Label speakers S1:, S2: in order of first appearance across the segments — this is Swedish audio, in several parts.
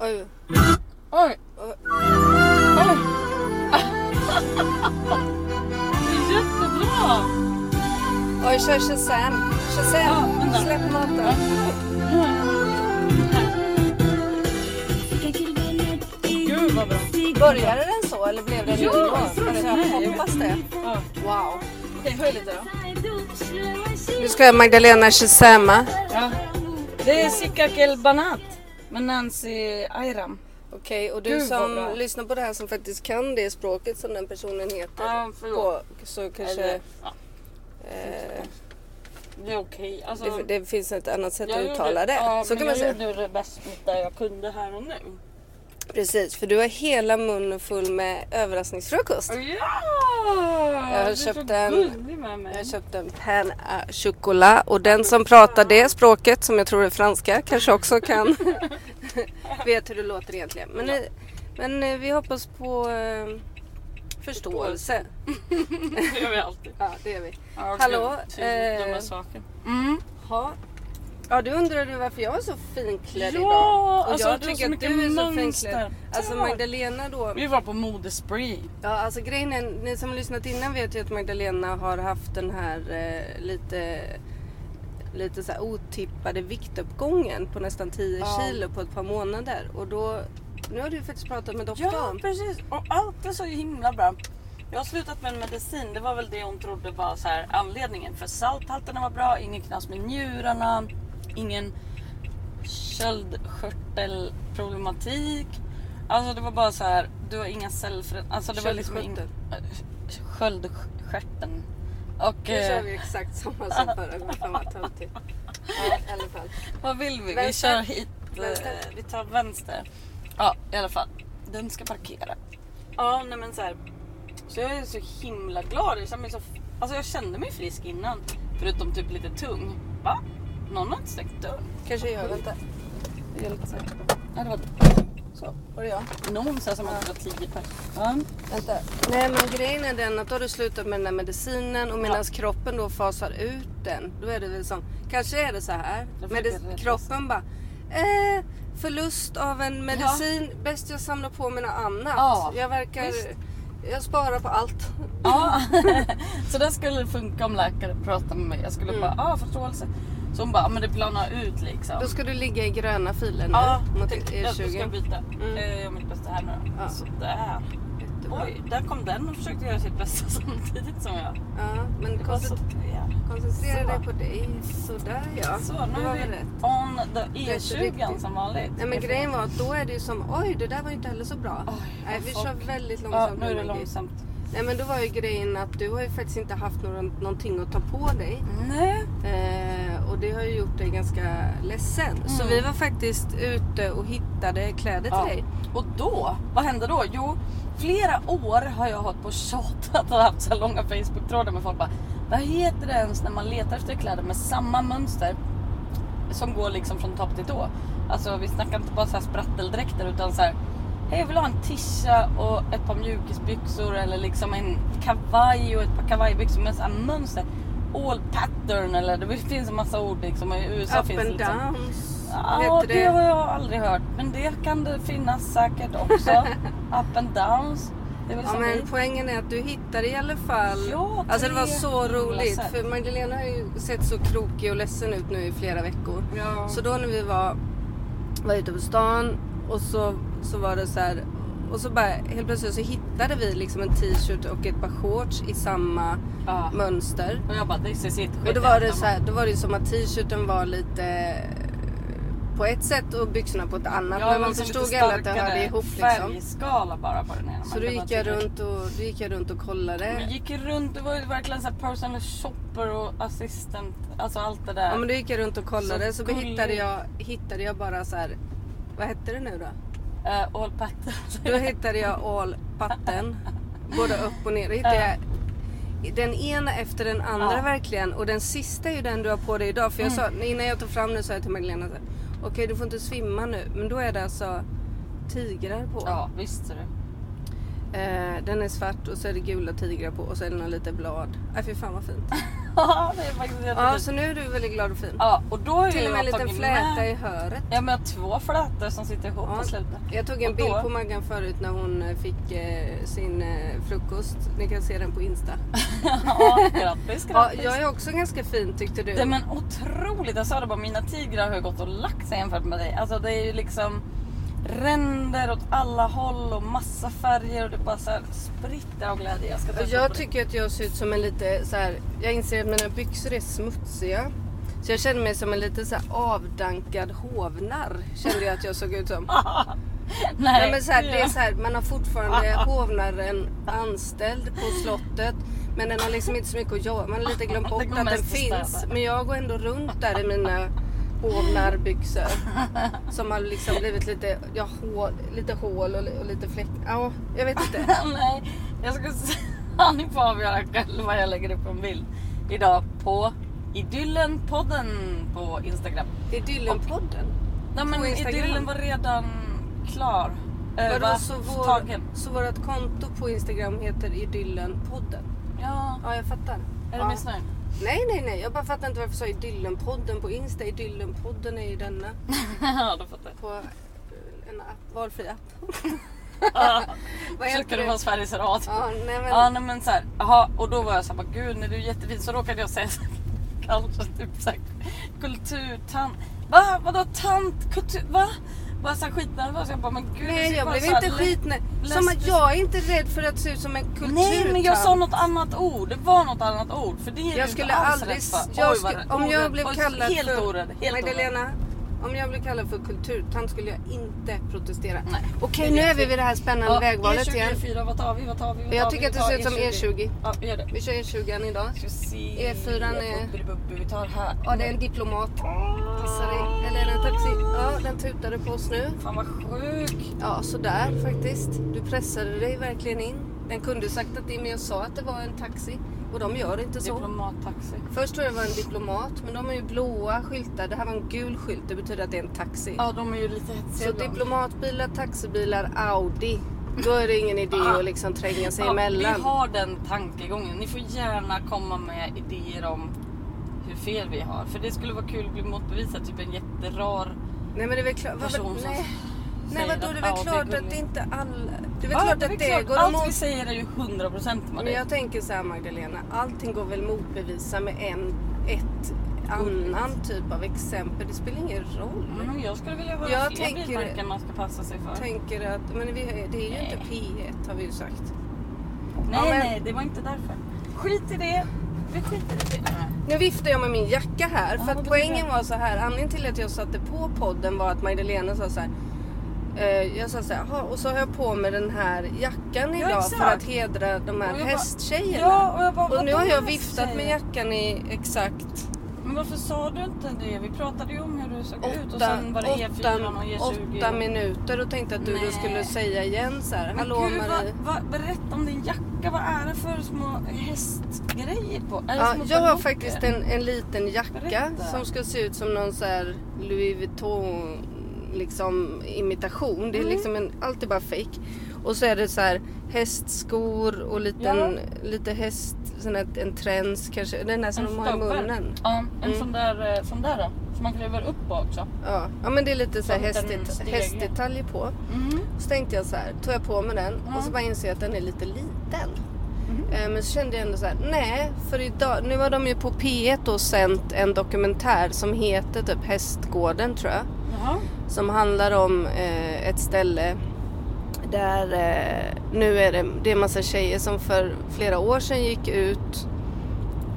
S1: Oj.
S2: Oj!
S1: Oj.
S2: Oj! Det är jättebra!
S1: Oj, kör Shazam. Shazam,
S2: Ja, vänta.
S1: släpp låten.
S2: Gud vad bra!
S1: Började den så eller blev det en
S2: Ja,
S1: ny låt?
S2: jag tror det.
S1: Jag hoppas det.
S2: Ja.
S1: Wow.
S2: Okej, höj lite då.
S1: Nu ska Magdalena Shazama.
S2: Ja. Det är Sikakel Banat med Nancy Ayram.
S1: Okej, och du
S2: Gud, vad
S1: som
S2: bra.
S1: lyssnar på det här som faktiskt kan det språket som den personen heter
S2: Ja,
S1: på,
S2: förlåt.
S1: så kanske
S2: Eller, ja,
S1: eh,
S2: det är okej. Alltså,
S1: det, det finns ett annat sätt
S2: jag
S1: att
S2: gjorde-
S1: uttala det.
S2: Ja,
S1: så
S2: men
S1: kan man
S2: jag
S1: säga.
S2: gjorde det bäst mot det jag kunde här och nu.
S1: Precis, för du har hela munnen full med överraskningsfrukost.
S2: Ja!
S1: har
S2: du är så
S1: köpt en-
S2: gullig med mig.
S1: Jag köpte en pain à chocolat och den som pratar det språket, som jag tror är franska, kanske också kan vet hur det låter egentligen. Men, eh, men eh, vi hoppas på eh, förståelse.
S2: Det gör vi alltid.
S1: Ja, det gör vi.
S2: Ja,
S1: Hallå,
S2: gud, tydligt,
S1: eh,
S2: Dumma saker. Mm.
S1: Ha. Ja, du undrade ju varför jag var så finklädd
S2: Ja,
S1: idag. Och
S2: alltså,
S1: jag
S2: du har
S1: tycker
S2: så
S1: att du
S2: mycket
S1: är så
S2: mönster.
S1: finklädd. Alltså
S2: Ja.
S1: Magdalena då.
S2: Vi var på modespree.
S1: Ja, alltså grejen är, ni som har lyssnat innan vet ju att Magdalena har haft den här eh, lite, lite så här otippade viktuppgången på nästan 10
S2: Ja.
S1: kilo på ett par månader. Och då, nu har du faktiskt pratat med doktorn.
S2: Ja, precis. Och allt är så himla bra. Jag har slutat med en medicin. Det var väl det hon trodde var så här, anledningen. För salthalterna var bra, ingen knas med njurarna, ingen sköldkörtelproblematik. Alltså det var bara så här, du har inga cellförändringar. Alltså det var liksom in- Sköldkörteln. Och
S1: Nu kör
S2: eh,
S1: vi exakt samma som förra gången. Fan vad töntigt. Ja, i alla fall.
S2: vad vill vi? Vi
S1: Vänster.
S2: kör hit. eh,
S1: Vänster.
S2: Vi tar vänster. Ja, i alla fall. Den ska parkera. Ja, nej men så här. Så jag är så himla glad. Jag känner mig så, alltså jag kände mig frisk innan. Förutom typ lite tung. Va? Någon har inte stängt dörren.
S1: Kanske jag, vänta.
S2: Det gör lite så här. Ja, det var så. Var det jag? Någon sa som att det var 10 pers. Ja.
S1: Vänta. Nej men grejen är den att då har du slutat med den där medicinen och medan kroppen då fasar ut den. Då är det väl som, kanske är det så här.
S2: Då får
S1: Medis-
S2: jag rätt.
S1: kroppen bara, eh, förlust av en medicin, bäst jag samlar på mig något annat.
S2: Ja,
S1: jag verkar,
S2: visst.
S1: jag sparar på allt.
S2: Ja, så det skulle funka om läkare pratade med mig. Jag skulle bara, ah förståelse. Så hon bara, ah, men det planar ut liksom.
S1: Då ska du ligga i gröna filen nu
S2: Ja,
S1: mot
S2: tänkte Mm. jag att du ska
S1: E20.
S2: byta. Eh,
S1: Mm.
S2: Jag gör mitt bästa här nu då.
S1: Ja.
S2: Sådär.
S1: Jättebra.
S2: Oj, där kom den och försökte göra sitt bästa samtidigt som jag.
S1: Ja, men
S2: Det var
S1: koncent-
S2: sådär.
S1: koncentrera
S2: Så.
S1: dig på dig. Sådär ja.
S2: Så nu
S1: Det var
S2: är
S1: väl
S2: vi
S1: rätt.
S2: on
S1: Det
S2: the
S1: är så riktigt.
S2: E20 som vanligt.
S1: Nej men grejen var att då är det ju som, oj det där var ju inte heller så bra.
S2: Oj,
S1: Nej vi
S2: fuck.
S1: kör väldigt
S2: Ja,
S1: långsamt.
S2: nu är det
S1: med Maggie.
S2: långsamt.
S1: Nej men då var ju grejen att du har ju faktiskt inte haft någon, någonting att ta på dig.
S2: Nej.
S1: Eh, och det har ju gjort dig ganska ledsen. Så vi var faktiskt ute och hittade kläder till
S2: Mm. Ja.
S1: dig.
S2: Och då, vad hände då? Jo, flera år har jag hållit på och tjatat och haft så här långa Facebook-trådar med folk bara Vad heter det ens när man letar efter kläder med samma mönster som går liksom från topp till tå? Alltså vi snackar inte bara så här spratteldräkter utan så här Hej jag vill ha en tisha och ett par mjukisbyxor eller liksom en kavaj och ett par kavajbyxor med så här mönster. All pattern eller det finns en massa ord liksom och i USA
S1: Up
S2: finns det
S1: and
S2: liksom
S1: downs
S2: Ja,
S1: hette
S2: det.
S1: det.
S2: har jag aldrig hört. Men det kan det finnas säkert också. Up and downs. Det är väl
S1: Ja
S2: som
S1: men
S2: vi-
S1: poängen är att du hittade i alla fall.
S2: Ja,
S1: alltså det var
S2: tre
S1: så roligt.
S2: sätt.
S1: För Magdalena har ju sett så krokig och ledsen ut nu i flera veckor.
S2: Ja.
S1: Så då när vi var, var ute på stan och så, så var det så här och så bara helt plötsligt så hittade vi liksom en t-shirt och ett par shorts i samma
S2: Ja.
S1: mönster.
S2: Och jag bara, this is it.
S1: Och
S2: skit
S1: då
S2: i
S1: var det
S2: detta.
S1: så här, då var det ju som att t-shirten var lite eh, på ett sätt och byxorna på ett annat.
S2: Ja,
S1: men man
S2: liksom
S1: förstod
S2: lite
S1: ändå att det
S2: starkare
S1: hörde ihop liksom.
S2: Färgskala bara på den ena.
S1: Så
S2: men
S1: då
S2: det
S1: gick,
S2: var
S1: jag
S2: tydligt.
S1: runt och, då gick jag runt och
S2: Vi
S1: kollade.
S2: gick ju runt, det var ju verkligen så här personal shopper och assistent. Alltså allt det där.
S1: Ja men då gick jag runt och kollade så,
S2: Så
S1: då hittade
S2: gulligt.
S1: jag, hittade jag bara så här, vad hette det nu då?
S2: Eh, all patterns.
S1: Då hittade jag all patten. Både upp och ner. Då hittade jag den ena efter den andra
S2: Ja. Mm.
S1: verkligen. Och den sista är ju den du har på dig idag. För jag sa, innan jag tog fram den sa jag till Magdalena så här, okej du får inte svimma nu. Men då är det alltså tigrar på.
S2: Ja, visst ser du.
S1: Eh, den är svart och så är det gula tigrar på och så är det några lite blad. Ay, Äh, fy fan vad fint.
S2: Ja, det är faktiskt
S1: Ja,
S2: jättefint.
S1: så nu är du väldigt glad och fin.
S2: Ja, och då har
S1: Till och
S2: jag
S1: med en liten
S2: tagit
S1: fläta
S2: med-
S1: i höret.
S2: Ja men två flätor som sitter ihop
S1: Ja.
S2: på slutet.
S1: Jag tog en
S2: Och då-
S1: bild på Maggan förut när hon eh, fick eh, sin eh, frukost. Ni kan se den på Insta.
S2: Ja, grattis,
S1: Ja,
S2: grattis.
S1: jag är också ganska fin tyckte du.
S2: Nej liksom. men otroligt, jag sa det bara, mina tigrar har ju gått och lagt sig jämfört med dig. Alltså det är ju liksom ränder åt alla håll och massa färger och det bara så här spritter av glädje. Jag ska ta
S1: Och
S2: ett
S1: Jag
S2: kort.
S1: tycker att jag ser ut som en lite så här. Jag inser att mina byxor är smutsiga. Så jag känner mig som en lite så här avdankad hovnarr. Kände jag att jag såg ut som.
S2: Nej,
S1: Nej, men så här, det är
S2: ja.
S1: så här, man har fortfarande hovnarren anställd på slottet. Men den har liksom inte så mycket att göra. Man har lite glömt
S2: Det
S1: bort
S2: går
S1: att den
S2: mest att
S1: finns.
S2: städa.
S1: Men jag går ändå runt där i mina hovnarrbyxor. Som har liksom blivit lite, ja, hål, lite hål och, li- och lite fläck. Ja, jag vet inte.
S2: Nej, jag ska se. Ni får avgöra själva. Jag lägger upp en bild idag på Idyllenpodden på Instagram.
S1: Det är Dylanpodden.
S2: Nej men
S1: På Instagram?
S2: Idyllen var redan klar. Eh,
S1: Vadå,
S2: va?
S1: så, vår,
S2: Tagen.
S1: så vårt konto på Instagram heter Idyllenpodden?
S2: Ja,
S1: Ja, jag fattar.
S2: är du
S1: ja.
S2: missnöjd?
S1: Nej, nej, nej. Jag bara fattar inte varför jag sa Idyllenpodden på Insta. Idyllenpodden är ju denna.
S2: ja, då fattar jag.
S1: på eh, en app, valfri app.
S2: Ja.
S1: Vad heter
S2: Ah, Försöker du
S1: det?
S2: vara Sveriges Radio?
S1: Ja, nej men,
S2: Ja, nej, men så här, aha, och då var jag såhär, gud nej, du är jättefin. Så råkade jag säga så här, kanske typ såhär kulturtant. Va? Vadå tant? Kultur? Va? Bara såhär skitnervös. Jag bara, men gud. du
S1: nej
S2: ser
S1: jag
S2: bara
S1: blev
S2: så här lätt-
S1: inte skitnödig.
S2: läst-
S1: Som att jag är inte rädd för att se ut som en kulturtant.
S2: Nej men jag sa något annat ord. Det var något annat ord. För det är du
S1: Jag
S2: inte
S1: skulle
S2: alls
S1: aldrig...
S2: rätt för.
S1: s-
S2: Oj,
S1: Jag
S2: vad
S1: skulle,
S2: rädd.
S1: om
S2: Orädd.
S1: jag blev
S2: Oj,
S1: kallad
S2: Helt
S1: för...
S2: orädd. Helt orädd.
S1: Magdalena, om jag blev kallad för kulturtant skulle jag inte protestera.
S2: Nej.
S1: Okej,
S2: Det
S1: nu
S2: vet
S1: är vi vid det här spännande
S2: Ja, E
S1: vägvalet igen.
S2: E24, vad tar vi? Vad tar vi? Vad
S1: Jag
S2: tar vi?
S1: tycker att det
S2: Vi tar E
S1: ser ut som E E20.
S2: Ja, vi gör det.
S1: Vi kör E20 idag.
S2: Ska se.
S1: E4 E är-
S2: Bubbi, bubbi, Vi tar här.
S1: Ja, det är en diplomat. Passar det? Eller är det en taxi? Ja, den tutade på oss nu.
S2: Fan vad sjuk.
S1: Ja, sådär faktiskt. Du pressade dig verkligen in. Den kunde sagt att det, men jag sa att det var en taxi. Och de gör inte så.
S2: Diplomattaxi.
S1: Först tror jag det var en diplomat, men de har ju blåa skyltar. Det här var en gul skylt, det betyder att det är en taxi.
S2: Ja, de är ju lite hetsiga.
S1: så diplomatbilar, taxibilar, Audi. Då är det ingen idé att liksom tränga sig emellan.
S2: Vi har den tankegången. Ni får gärna komma med idéer om hur fel vi har. För det skulle vara kul att bli motbevisad. Typ en jätterar...
S1: Nej men det är väl klart... Vad,
S2: Person som
S1: nej. Nej
S2: säger
S1: vadå, det är väl
S2: att Audi är
S1: klart att det
S2: gullig.
S1: inte alla... Det är väl
S2: Ja,
S1: klart
S2: det är
S1: att
S2: väl
S1: det
S2: klart.
S1: går
S2: Allt
S1: emot
S2: vi säger är ju 100% med
S1: Men
S2: dig.
S1: jag tänker så här Magdalena, allting går väl motbevisa med en, ett annan typ av exempel. Det spelar ingen roll.
S2: Mm, jag skulle vilja höra
S1: Jag
S2: fler
S1: tänker-
S2: bilmärken man ska passa sig för.
S1: Jag tänker att, men vi, det är ju inte P1 har vi ju sagt.
S2: nej,
S1: Ja, men-
S2: nej, det var inte därför. Skit i det. Vi skiter i det.
S1: Nu viftar jag med min jacka här
S2: Ja,
S1: för att
S2: vad
S1: poängen
S2: bra.
S1: var så här, anledningen till att jag satte på podden var att Magdalena sa så här eh, jag sa så här, "Jaha, och så har jag på mig den här jackan idag
S2: exakt.
S1: för att hedra de här
S2: Och jag bara-
S1: hästtjejerna.
S2: Ja, och jag bara,
S1: och nu
S2: vadå
S1: har jag
S2: hästtjejer?
S1: viftat med jackan i exakt
S2: Men varför sa du inte det? Vi pratade ju om hur du såg ut och
S1: 8,
S2: sen var det E4 och E E20.
S1: minuter och tänkte att du då
S2: Nej.
S1: skulle säga igen så här.
S2: Men
S1: Hallå
S2: gud,
S1: Marie.
S2: Vad, vad, berätta om din jacka. Vad är det för små hästgrejer på? Är det
S1: Ja,
S2: små
S1: jag har
S2: peruker?
S1: faktiskt en, en liten jacka
S2: Berätta.
S1: som ska se ut som någon så här Louis Vuitton liksom imitation. Det är
S2: Mm.
S1: liksom en, allt är bara fake. Och så är det så här hästskor och liten, lite häst, sån här, en träns kanske. Den här som
S2: En
S1: de har i
S2: stövel.
S1: munnen.
S2: Ja, en
S1: Mm.
S2: sån, där, eh, sån där då. Som man kliver upp på också.
S1: Ja. ja men det är lite så här
S2: Som en
S1: hästdet-
S2: stege.
S1: hästdetaljer på.
S2: Mm.
S1: Så tänkte jag så här, tog jag på mig den och så
S2: Mm.
S1: bara inser jag att den är lite liten. Eh, Men så kände jag ändå så här, nej, för idag, nu har de ju på P1 och sänt en dokumentär som heter typ Hästgården tror jag.
S2: Jaha.
S1: Som handlar om eh, ett ställe där eh, nu är det, det är en massa tjejer som för flera år sedan gick ut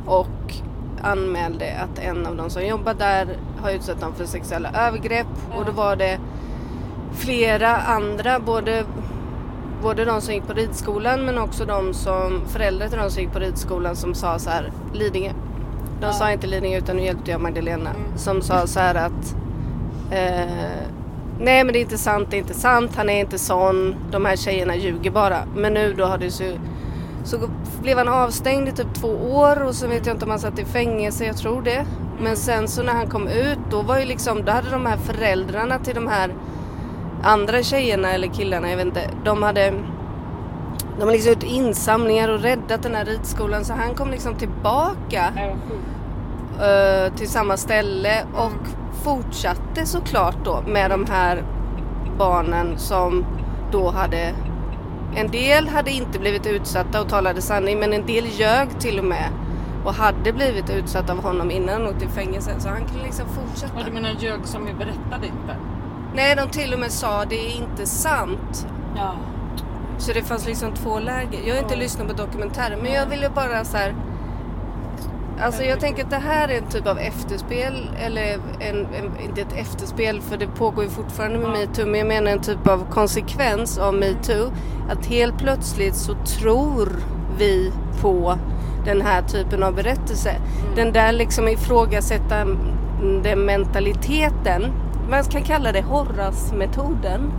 S1: och anmälde att en av de som jobbar där har utsatt dem för sexuella övergrepp och då var det flera andra, både, både de som gick på ridskolan men också de som, föräldrar till de som gick på ridskolan som sa så här, Lidingö. De
S2: Ja.
S1: sa inte Lidingö utan nu hjälpte jag Magdalena.
S2: Mm.
S1: Som sa så här att eh, Nej men det är inte sant, det är inte sant, han är inte sån, de här tjejerna ljuger bara. Men nu då har det så, så blev han avstängd i typ två år och så vet jag inte om han satt i fängelse, jag tror det. Men sen så när han kom ut då var ju liksom, då hade de här föräldrarna till de här andra tjejerna eller killarna, jag vet inte, de hade De har liksom gjort insamlingar och räddat den här ridskolan så han kom liksom tillbaka
S2: Nej, Äh, vad sjukt.
S1: eh, till samma ställe och fortsatte såklart då med de här barnen som då hade en del hade inte blivit utsatta och talade sanning men en del ljög till och med och hade blivit utsatta av honom innan han åkte i fängelse så han kunde liksom fortsätta.
S2: Och du menar ljög som vi berättade inte?
S1: Nej, de till och med sa det är inte sant
S2: Ja.
S1: Så det fanns liksom två läger. Jag har inte
S2: Ja.
S1: lyssnat på dokumentärer men jag ville bara så här. Alltså jag tänker att det här är en typ av efterspel eller en, en, inte ett efterspel för det pågår ju fortfarande med
S2: Ja. Mm.
S1: metoo men jag menar en typ av konsekvens av metoo. Att helt plötsligt så tror vi på den här typen av berättelse.
S2: Mm.
S1: Den där liksom ifrågasättande mentaliteten. Man kan kalla det Horace-metoden
S2: Mm.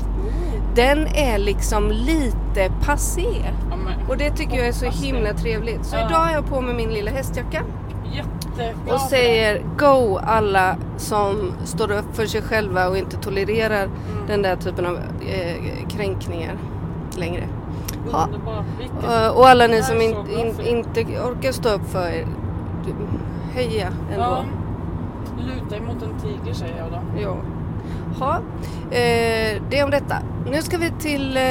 S1: den är liksom lite passé.
S2: ja men,
S1: Och det tycker jag är så himla trevligt. Så
S2: Ja.
S1: idag har jag på mig min lilla hästjacka
S2: jättebra.
S1: och säger Go alla som står upp för sig själva och inte tolererar
S2: Mm,
S1: den där typen av eh, kränkningar längre. Ja.
S2: Underbart. Vilket-
S1: Eh, och alla ni
S2: Det här
S1: som
S2: är
S1: in,
S2: så bra
S1: in,
S2: för er.
S1: inte orkar stå upp för er, du- heja ändå.
S2: Ja. Luta emot en tiger säger jag då.
S1: Ja. Ha. Eh, det om detta. Nu ska vi till, eh,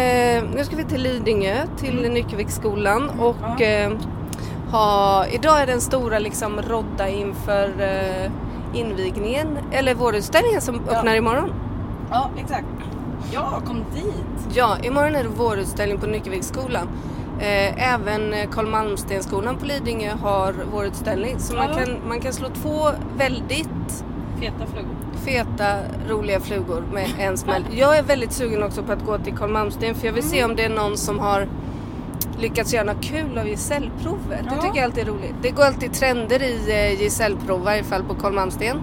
S1: nu ska vi till Lidingö, till Nyckeviksskolan och
S2: Mm. Ja.
S1: eh, ha, idag är den stora liksom rodda inför eh, invigningen eller vårutställningen som
S2: Ja.
S1: öppnar imorgon.
S2: Ja, exakt. Ja, kom dit.
S1: Ja, imorgon är det vårutställning på Nyckeviksskolan. Eh, även eh, Carl Malmstenskolan på Lidingö har vårutställning så man,
S2: Ja.
S1: kan, man kan slå två väldigt
S2: Feta flugor.
S1: feta, roliga flugor med en smäll. Jag är väldigt sugen också på att gå till Carl Malmsten för jag vill
S2: Mm.
S1: se om det är någon som har lyckats göra något kul av gesällprovet. Det
S2: Ja.
S1: tycker jag alltid är roligt. Det går alltid trender i eh, gesällprov, i varje fall på Carl Malmsten.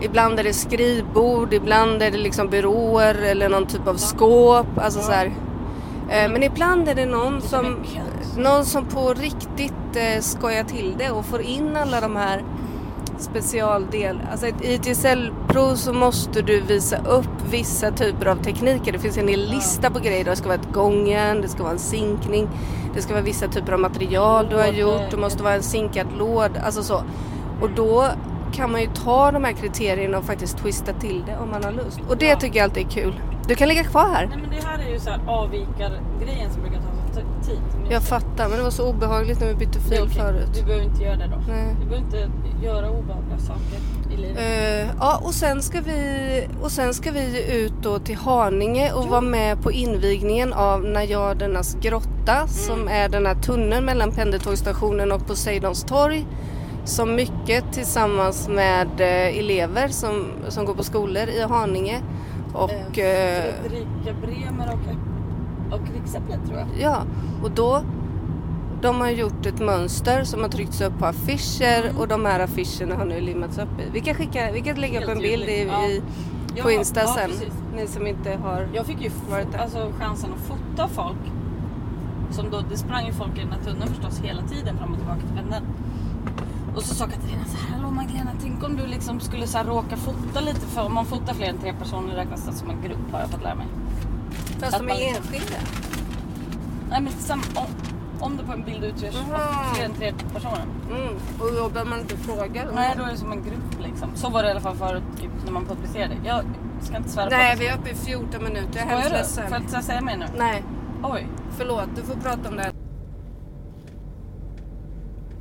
S1: Ibland är det skrivbord, ibland är det liksom byråer eller någon typ av skåp. Alltså
S2: Ja.
S1: så här. Eh, Men ibland är det någon
S2: Lite
S1: som,
S2: mycket.
S1: någon som på riktigt eh, skojar till det och får in alla de här specialdel. Alltså ett- i ett gesällprov så måste du visa upp vissa typer av tekniker. Det finns en hel lista på grejer. Det ska vara ett gångjärn, det ska vara en sinkning, det ska vara vissa typer av material du har
S2: Lådor.
S1: gjort, det måste vara en sinkad låd, alltså så. Och då kan man ju ta de här kriterierna och faktiskt twista till det om man har lust. Och det
S2: Ja.
S1: tycker jag alltid är kul. Du kan ligga kvar här.
S2: Nej men det här är ju så här avvikargrejen som brukar ta så t- tid. Men
S1: Jag fattar, men det var så obehagligt när vi
S2: det
S1: bytte
S2: är
S1: fil
S2: okej. Du
S1: förut.
S2: behöver inte göra det då.
S1: Nej.
S2: Du behöver inte göra obehagliga saker i livet.
S1: Eh, ja, och sen, ska vi, och sen ska vi ut då till Haninge och vara med på invigningen av Najadernas grotta som är den här tunneln mellan pendeltågsstationen och Poseidons torg. Som mycket tillsammans med eh, elever som, som går på skolor i Haninge. Och, eh,
S2: Fredrika Bremer och, och Riksäpplet tror jag.
S1: Ja, och då de har gjort ett mönster som har tryckts upp på affischer
S2: Mm.
S1: och de här affischerna har nu limmats upp i. Vi kan, skicka, vi kan lägga upp
S2: Helt
S1: en bild i,
S2: ljuvligt, ja.
S1: i,
S2: Ja,
S1: på Insta
S2: ja,
S1: sen.
S2: precis.
S1: Ni som inte har...
S2: Jag fick ju
S1: Varit
S2: fot-
S1: där.
S2: alltså, chansen att fota folk. Som då, det sprang ju folk i den här tunneln förstås hela tiden fram och tillbaka till pendeln. Och så sa Katarina så här, hallå Magdalena, tänk om du liksom skulle så här råka fota lite för om man fotar fler än tre personer räknas det som en grupp har jag fått lära mig.
S1: Fast de
S2: att man
S1: är
S2: liksom-
S1: enskilda.
S2: Nej men sam- om, om det på en bild utgörs
S1: Aha.
S2: av fler än tre personer.
S1: Mm. Och då behöver man inte fråga. dem.
S2: Nej då är det som en grupp liksom. Så var det i alla fall förut typ, när man publicerade. Jag ska inte svära
S1: Nej,
S2: på
S1: vi är uppe i 14 minuter. Jag är
S2: det.
S1: hemskt
S2: Skojar du? Får
S1: ledsen.
S2: jag inte säga mer nu?
S1: Nej,
S2: Oj.
S1: förlåt. Du får prata om det här.